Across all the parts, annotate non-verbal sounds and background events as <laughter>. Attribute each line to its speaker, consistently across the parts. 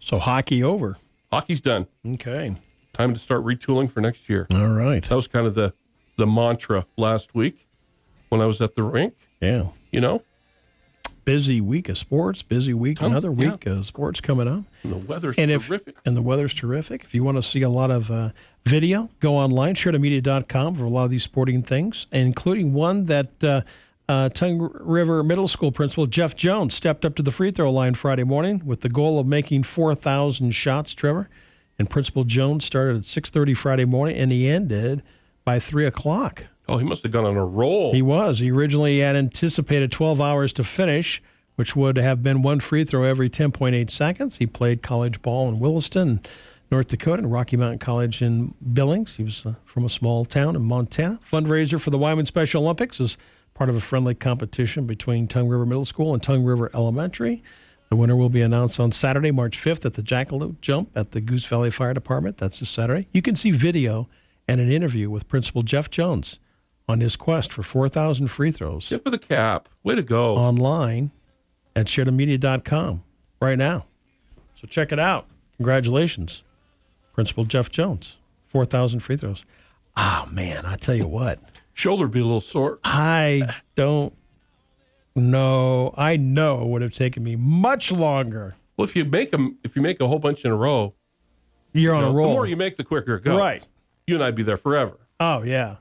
Speaker 1: So hockey over.
Speaker 2: Hockey's done.
Speaker 1: Okay.
Speaker 2: Time to start retooling for next year.
Speaker 1: All right.
Speaker 2: That was kind of the the mantra last week when I was at the rink.
Speaker 1: Yeah.
Speaker 2: You know,
Speaker 1: Busy week of sports. Busy week.
Speaker 2: Tons-
Speaker 1: Another
Speaker 2: Oh, yeah.
Speaker 1: week of sports coming up.
Speaker 2: and the weather's
Speaker 1: and if
Speaker 2: terrific.
Speaker 1: and the weather's terrific. If you want to see a lot of uh, video, go online, sharedmedia.com for a lot of these sporting things, including one that uh, uh, Tongue River Middle School principal Jeff Jones stepped up to the free throw line Friday morning with the goal of making 4,000 shots. Trevor and Principal Jones started at 6:30 Friday morning, and he ended by three o'clock.
Speaker 2: oh, he must have gone on a roll.
Speaker 1: He was. He originally had anticipated 12 hours to finish, which would have been one free throw every 10.8 seconds. He played college ball in Williston, North Dakota, and Rocky Mountain College in Billings. He was uh, from a small town in Montana. Fundraiser for the Wyman Special Olympics is part of a friendly competition between Tongue River Middle School and Tongue River Elementary. The winner will be announced on Saturday, March 5th at the Jackalope Jump at the Goose Valley Fire Department. That's this Saturday. You can see video and an interview with Principal Jeff Jones on his quest for 4,000 free throws
Speaker 2: Tip of the cap. Way to go.
Speaker 1: online at sharedmedia.com right now. So check it out. Congratulations, Principal Jeff Jones. 4,000 free throws. Ah, man, I tell you what.
Speaker 2: Shoulder be a little sore.
Speaker 1: I don't know. I know it would have taken me much longer.
Speaker 2: Well, if you make them, if you make a whole bunch in a row,
Speaker 1: You're on
Speaker 2: you know,
Speaker 1: a roll.
Speaker 2: the more you make, the quicker it goes.
Speaker 1: Right.
Speaker 2: You and I'd be there forever.
Speaker 1: Oh yeah.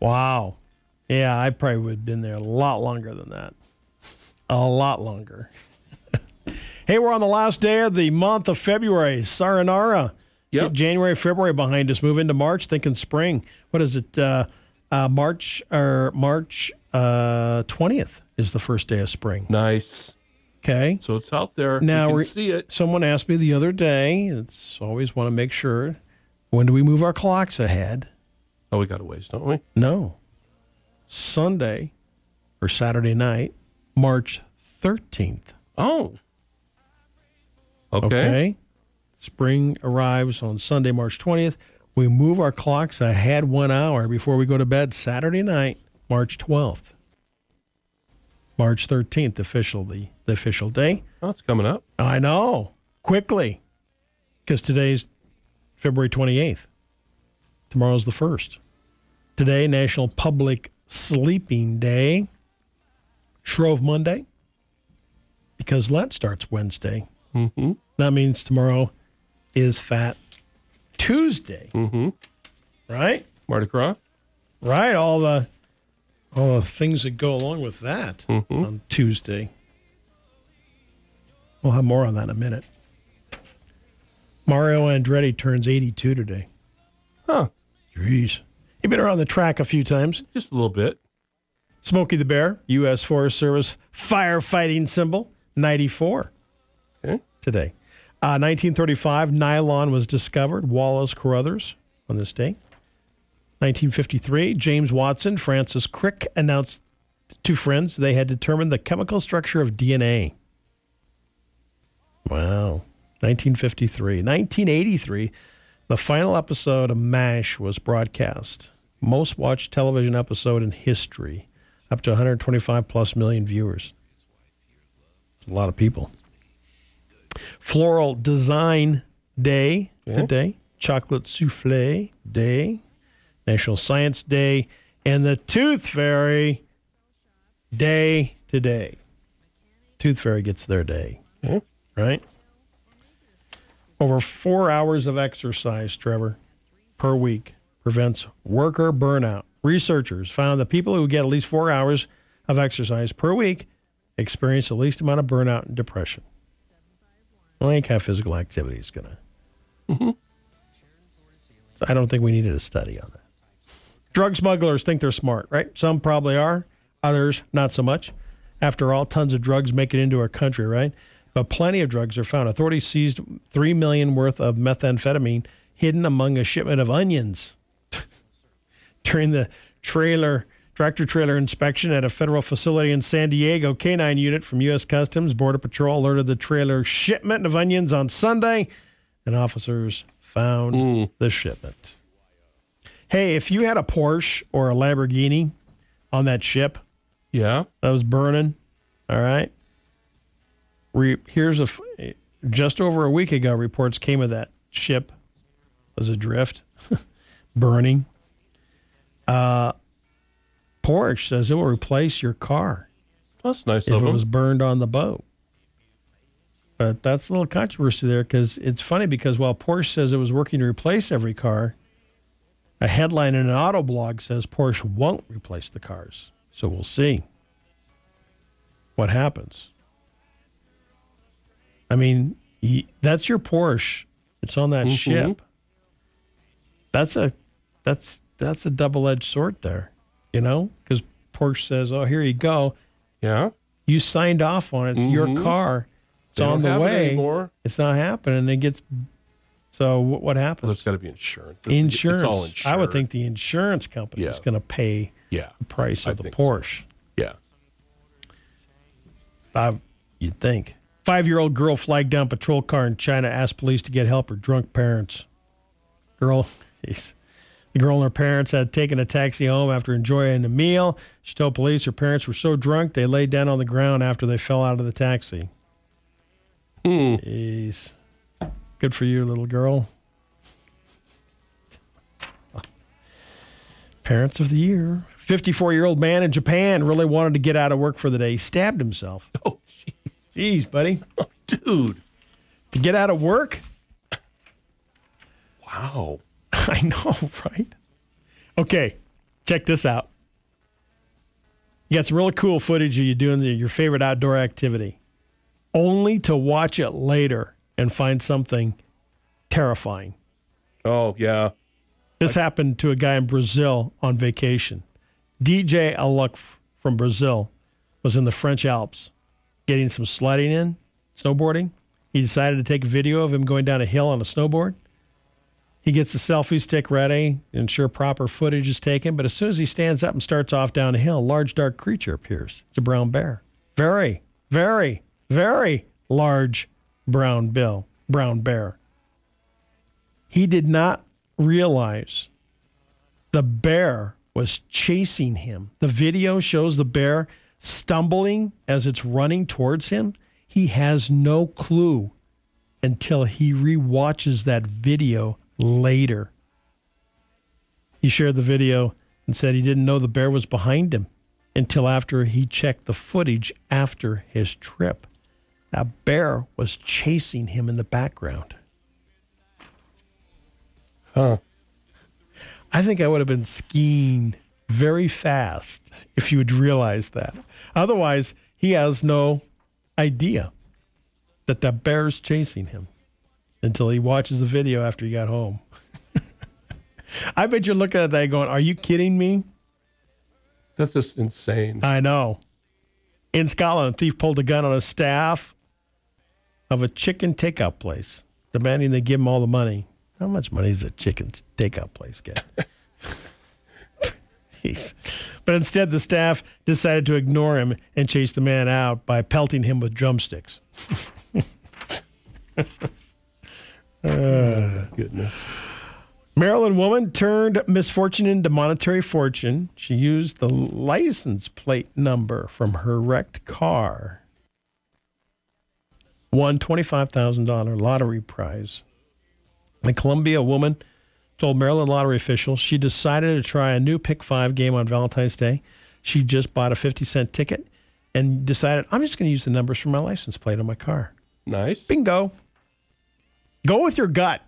Speaker 1: Wow. Yeah, I probably would have been there a lot longer than that. A lot longer. <laughs> hey, we're on the last day of the month of February. Saranara.
Speaker 2: Yep.
Speaker 1: Get January, February behind us. Move into March, thinking spring. What is it? Uh, uh, March or March uh, twentieth is the first day of spring.
Speaker 2: Nice.
Speaker 1: Okay.
Speaker 2: So it's out there.
Speaker 1: Now
Speaker 2: you can
Speaker 1: we're-
Speaker 2: see it.
Speaker 1: Someone asked me the other day. It's always want to make sure. When do we move our clocks ahead?
Speaker 2: Oh, we got a ways, don't we?
Speaker 1: No. Sunday or Saturday night, March 13th.
Speaker 2: Oh. Okay.
Speaker 1: Okay. Spring arrives on Sunday, March 20th. We move our clocks ahead one hour before we go to bed Saturday night, March 12th. March 13th, official the, the official day.
Speaker 2: Oh, it's coming up.
Speaker 1: I know. Quickly. Because today's February 28th. Tomorrow's the 1st. Today, National Public Sleeping Day. Shrove Monday. Because Lent starts Wednesday.
Speaker 2: Mm-hmm.
Speaker 1: That means tomorrow is Fat Tuesday.
Speaker 2: Mm-hmm.
Speaker 1: Right?
Speaker 2: Mardi Gras.
Speaker 1: Right? All the all the things that go along with that
Speaker 2: Mm-hmm.
Speaker 1: on Tuesday. We'll have more on that in a minute. Mario Andretti turns 82 today.
Speaker 2: Huh.
Speaker 1: Jeez. He's been around the track a few times.
Speaker 2: Just a little bit.
Speaker 1: Smokey the Bear, U.S. Forest Service firefighting symbol, 94
Speaker 2: Okay.
Speaker 1: today. Uh, 1935, nylon was discovered, Wallace Carruthers on this day. 1953, James Watson, Francis Crick announced to friends they had determined the chemical structure of DNA. Wow. 1953. 1983, the final episode of MASH was broadcast. Most watched television episode in history, up to 125 plus million viewers. A lot of people. Floral Design Day
Speaker 2: Yeah.
Speaker 1: today, Chocolate Souffle Day, National Science Day, and the Tooth Fairy Day today. Tooth Fairy gets their day
Speaker 2: Okay.
Speaker 1: right? Over four hours of exercise, Trevor, per week prevents worker burnout. Researchers found that people who get at least four hours of exercise per week experience the least amount of burnout and depression. I think how physical activity is going to. So I don't think we needed a study on that. Drug smugglers think they're smart, right? Some probably are, others not so much. After all, tons of drugs make it into our country, right? But plenty of drugs are found. Authorities seized three million worth of methamphetamine hidden among a shipment of onions during the trailer tractor trailer inspection at a federal facility in San Diego. K9 unit from U.S. Customs Border Patrol alerted the trailer shipment of onions on Sunday, and officers found the shipment. Hey, if you had a Porsche or a Lamborghini on that ship
Speaker 2: Yeah.
Speaker 1: that was burning, all right. Re- here's a f- just over a week ago, reports came of that ship was adrift, <laughs> burning. Uh, Porsche says it will replace your car
Speaker 2: That's nice
Speaker 1: if
Speaker 2: of
Speaker 1: it
Speaker 2: them.
Speaker 1: was burned on the boat. But that's a little controversy there because it's funny because while Porsche says it was working to replace every car, a headline in an auto blog says Porsche won't replace the cars. So we'll see what happens. I mean, y- that's your Porsche. It's on that
Speaker 2: Mhm.
Speaker 1: ship. That's a that's that's a double-edged sword there, you know? Cuz Porsche says, "Oh, here you go."
Speaker 2: yeah.
Speaker 1: You signed off on it. It's your
Speaker 2: Mhm.
Speaker 1: car. It's
Speaker 2: They
Speaker 1: on
Speaker 2: don't
Speaker 1: the
Speaker 2: have it
Speaker 1: way.
Speaker 2: anymore.
Speaker 1: It's not happening. It gets. So what, what
Speaker 2: Well, there's
Speaker 1: happens?
Speaker 2: got to be insurance. It's-
Speaker 1: insurance.
Speaker 2: It's all insured.
Speaker 1: I would think the insurance company is
Speaker 2: Yeah.
Speaker 1: going to pay
Speaker 2: Yeah.
Speaker 1: the price
Speaker 2: I
Speaker 1: of the
Speaker 2: think so.
Speaker 1: Porsche.
Speaker 2: Yeah. <laughs>
Speaker 1: I, you'd think. Five-year-old girl flagged down patrol car in China. Asked police to get help for drunk parents. Girl, <laughs> jeez. the girl and her parents had taken a taxi home after enjoying the meal. She told police her parents were so drunk they laid down on the ground after they fell out of the taxi.
Speaker 2: Hmm.
Speaker 1: Jeez. Good for you, little girl. <laughs> Parents of the year. 54 year old man in Japan really wanted to get out of work for the day. He stabbed himself.
Speaker 2: Oh, gee,
Speaker 1: Jeez, buddy.
Speaker 2: dude.
Speaker 1: To get out of work? <laughs>
Speaker 2: Wow.
Speaker 1: I know, right? Okay, check this out. You got some really cool footage of you doing your favorite outdoor activity, only to watch it later and find something terrifying.
Speaker 2: Oh, yeah.
Speaker 1: This happened to a guy in Brazil on vacation. DJ Aluk from Brazil was in the French Alps getting some sledding in, snowboarding. He decided to take a video of him going down a hill on a snowboard. He gets the selfie stick ready, ensure proper footage is taken, but as soon as he stands up and starts off down a hill, a large dark creature appears. It's a brown bear. Very, very, very large brown bill, brown bear he did not realize the bear was chasing him. The video shows the bear stumbling as it's running towards him. He has no clue until he rewatches that video later. He shared the video and said he didn't know the bear was behind him until after he checked the footage after his trip. That bear was chasing him in the background.
Speaker 2: Huh.
Speaker 1: I think I would have been skiing very fast if you would realize that. Otherwise, he has no idea that the bear's chasing him until he watches the video after he got home. <laughs> I bet you're looking at that going, Are you kidding me?
Speaker 2: That's just insane.
Speaker 1: I know. In Scotland, a thief pulled a gun on a staff of a chicken takeout place, demanding they give him all the money. How much money does a chicken takeout place get? Jeez. But instead, the staff decided to ignore him and chase the man out by pelting him with drumsticks.
Speaker 2: Goodness.
Speaker 1: Maryland woman turned misfortune into monetary fortune. She used the license plate number from her wrecked car. Won $25,000 lottery prize. The Columbia woman told Maryland lottery officials she decided to try a new pick five game on Valentine's Day. She just bought a 50 cent ticket and decided, I'm just going to use the numbers from my license plate on my car.
Speaker 2: Nice.
Speaker 1: Bingo. Go with your gut.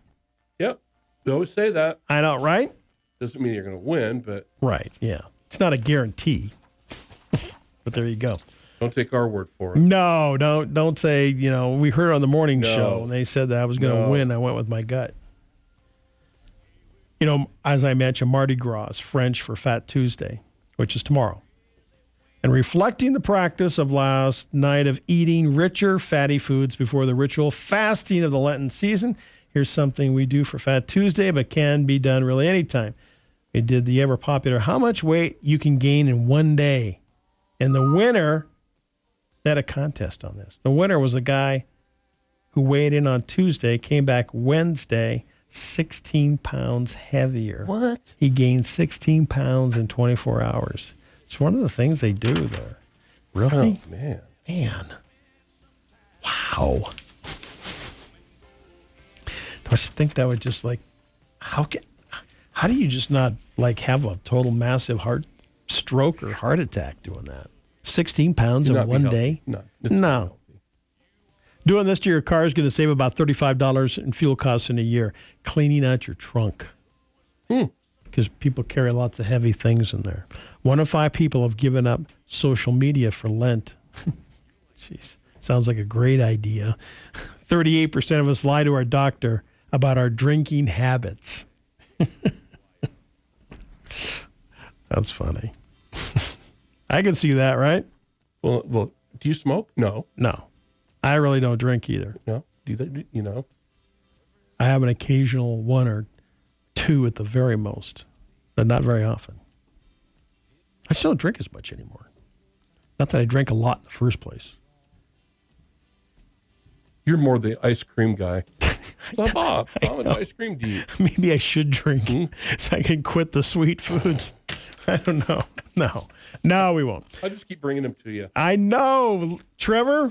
Speaker 2: Yep. We always say that.
Speaker 1: I know, right?
Speaker 2: Doesn't mean you're going to win, but
Speaker 1: Right. Yeah. It's not a guarantee. but there you go.
Speaker 2: don't take our word for it.
Speaker 1: No, don't don't say, you know, we heard on the morning
Speaker 2: No.
Speaker 1: show and they said that I was gonna
Speaker 2: No.
Speaker 1: win. I went with my gut. You know, as I mentioned, Mardi Gras is French for Fat Tuesday, which is tomorrow. And reflecting the practice of last night of eating richer fatty foods before the ritual fasting of the Lenten season, here's something we do for Fat Tuesday, but can be done really anytime. We did the ever popular how much weight you can gain in one day. And the winner they had a contest on this. The winner was a guy who weighed in on Tuesday, came back Wednesday, 16 pounds heavier.
Speaker 2: What?
Speaker 1: He gained 16 pounds in 24 hours. It's one of the things they do there.
Speaker 2: Really? Oh, man.
Speaker 1: Man. Wow. just think that would just like, how can, how do you just not like have a total massive heart stroke or heart attack doing that? 16 pounds
Speaker 2: Not
Speaker 1: in
Speaker 2: be
Speaker 1: one
Speaker 2: healthy.
Speaker 1: day?
Speaker 2: No. It's not
Speaker 1: No. Doing this to your car is going to save about $35 in fuel costs in a year. Cleaning out your trunk.
Speaker 2: Hmm.
Speaker 1: Because people carry lots of heavy things in there. One in five people have given up social media for Lent. Jeez. Sounds like a great idea. <laughs> 38% of us lie to our doctor about our drinking habits. <laughs> That's funny. <laughs> I can see that, right?
Speaker 2: Well, well, do you smoke? No,
Speaker 1: No. I really don't drink either.
Speaker 2: no. Do they? You know,
Speaker 1: I have an occasional one or two at the very most, but not very often. I still don't drink as much anymore. Not that I drank a lot in the first place.
Speaker 2: you're more the ice
Speaker 1: <laughs>
Speaker 2: cream guy. So Bob, how much ice cream do you? eat?
Speaker 1: Maybe I should drink
Speaker 2: Hmm?
Speaker 1: <laughs> so I can quit the sweet foods. <laughs> I don't know. No, no, we won't.
Speaker 2: I just keep bringing them to you.
Speaker 1: I know, Trevor.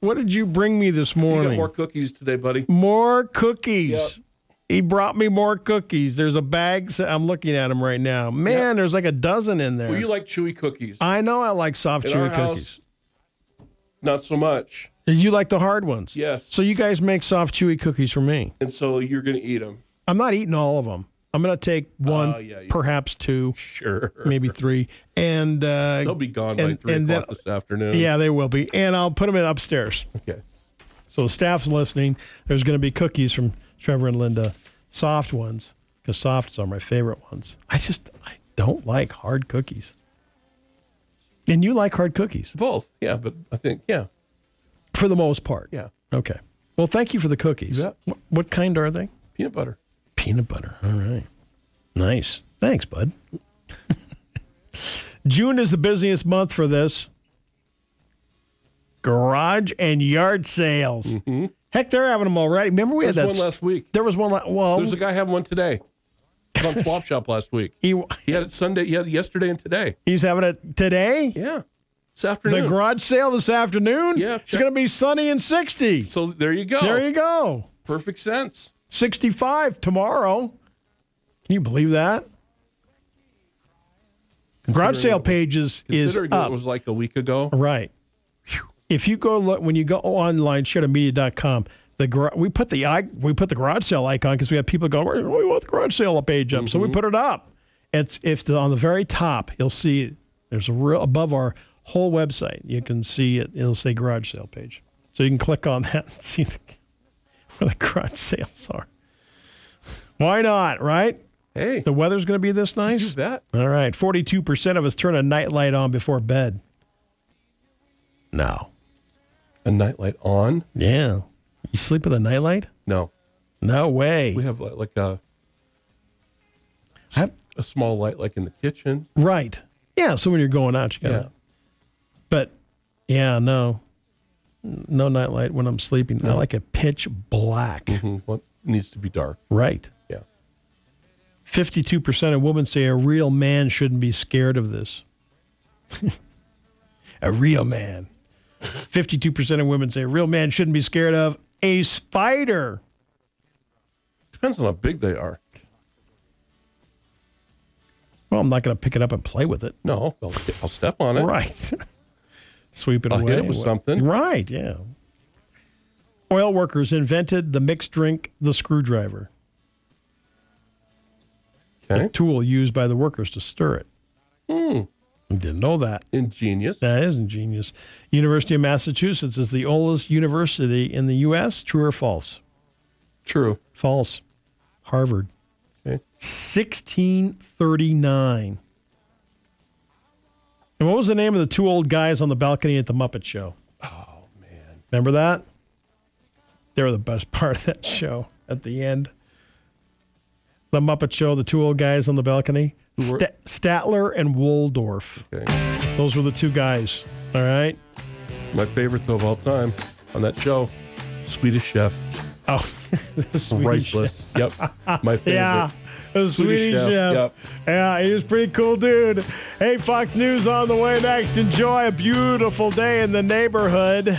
Speaker 1: What did you bring me this
Speaker 2: Mm-hmm. You got
Speaker 1: morning?
Speaker 2: more cookies today, buddy.
Speaker 1: More cookies. He brought me more cookies. There's a bag. s- I'm looking at them right now. Man, there's like a dozen in there.
Speaker 2: Well, you like chewy cookies.
Speaker 1: I know I like soft
Speaker 2: In
Speaker 1: chewy
Speaker 2: our
Speaker 1: cookies.
Speaker 2: house, not so much.
Speaker 1: You like the hard ones?
Speaker 2: Yes.
Speaker 1: So you guys make soft chewy cookies for me.
Speaker 2: and so you're gonna eat them.
Speaker 1: I'm not eating all of them. I'm going to take one,
Speaker 2: Oh, yeah, you-
Speaker 1: perhaps two,
Speaker 2: Sure.
Speaker 1: maybe three. And uh,
Speaker 2: They'll be gone by
Speaker 1: And-
Speaker 2: three
Speaker 1: and
Speaker 2: o'clock
Speaker 1: then-
Speaker 2: this afternoon.
Speaker 1: yeah, they will be. And I'll put them in upstairs.
Speaker 2: Okay.
Speaker 1: So the staff's listening. There's going to be cookies from Trevor and Linda, soft ones, because softs are my favorite ones. I just I don't like hard cookies. And you like hard cookies
Speaker 2: Both. Yeah, but I think yeah,
Speaker 1: for the most part.
Speaker 2: yeah.
Speaker 1: Okay. Well, thank you for the cookies.
Speaker 2: You bet.
Speaker 1: What, what kind are they?
Speaker 2: Peanut butter.
Speaker 1: Peanut butter. All right. Nice. Thanks, bud. <laughs> June is the busiest month for this. Garage and yard sales. Heck, they're having them already. Remember we
Speaker 2: Mm-hmm. There's
Speaker 1: had that.
Speaker 2: one
Speaker 1: s-
Speaker 2: last week.
Speaker 1: there was one. La- well,
Speaker 2: There's a guy having one today. It was on Swap Shop last week.
Speaker 1: he,
Speaker 2: He had it Sunday. He had it yesterday and today.
Speaker 1: he's having it today.
Speaker 2: Yeah, this
Speaker 1: The
Speaker 2: afternoon.
Speaker 1: garage sale this afternoon.
Speaker 2: Yeah,
Speaker 1: it's
Speaker 2: check- Oh.
Speaker 1: going to be sunny and sixty.
Speaker 2: so there you go.
Speaker 1: There you go.
Speaker 2: Perfect sense.
Speaker 1: 65 tomorrow. Can you believe that? Garage sale pages is
Speaker 2: Considering what
Speaker 1: up.
Speaker 2: it was like a week ago.
Speaker 1: right. If you go look when you go online shuttermedia.com, the gar- we put the i- we put the garage sale icon because we have people going "Oh, we want the garage sale page up, so we put it up. It's if the, on the very top you'll see it. there's a real above our whole website you can see it. It'll say garage sale page, so you can click on <laughs> that and see the, where the garage sales are. Why not? Right?
Speaker 2: Hey,
Speaker 1: The weather's going to be this nice.
Speaker 2: you bet.
Speaker 1: All right, 42% of us turn a nightlight on before bed. No.
Speaker 2: A nightlight on?
Speaker 1: Yeah. You sleep with a nightlight?
Speaker 2: No,
Speaker 1: No way.
Speaker 2: we have like, like a
Speaker 1: I-
Speaker 2: a small light like in the kitchen.
Speaker 1: right. Yeah, so when you're going out, you got
Speaker 2: Yeah.
Speaker 1: to. But yeah, no. No nightlight when I'm sleeping. I like a pitch black.
Speaker 2: Hmm, What needs to be dark?
Speaker 1: Right.
Speaker 2: Yeah.
Speaker 1: 52% of women say a real man shouldn't be scared of this. <laughs> a real man. 52% of women say a real man shouldn't be scared of a spider.
Speaker 2: Depends on how big they are.
Speaker 1: Well, I'm not going to pick it up and play with it.
Speaker 2: No, I'll, I'll step on it.
Speaker 1: Right. <laughs> Sweep it
Speaker 2: I'll
Speaker 1: away.
Speaker 2: hit it with
Speaker 1: What-
Speaker 2: something.
Speaker 1: Right, yeah. Oil workers invented the mixed drink, the screwdriver, a
Speaker 2: Okay.
Speaker 1: tool used by the workers to stir it.
Speaker 2: Hmm.
Speaker 1: I didn't know that.
Speaker 2: Ingenious.
Speaker 1: That is ingenious. University of Massachusetts is the oldest university in the U.S. True or false?
Speaker 2: True.
Speaker 1: False. Harvard.
Speaker 2: Okay.
Speaker 1: 1639. And what was the name of the two old guys on the balcony at the Muppet Show? Oh, man. Remember that? They were the best <laughs> part of that show at the end. The Muppet Show, the two old guys on the balcony
Speaker 2: Who were-
Speaker 1: Sta Statler and Waldorf.
Speaker 2: Okay.
Speaker 1: Those were the two guys. All right.
Speaker 2: My favorite though of all time on that show, Swedish Chef.
Speaker 1: Oh, the Swedish chef.
Speaker 2: Riceless. Yep. My favorite.
Speaker 1: <laughs> Yeah, the Swedish, chef.
Speaker 2: chef, yep.
Speaker 1: Yeah, he was a pretty cool dude. Hey, Fox News on the way next. Enjoy a beautiful day in the neighborhood.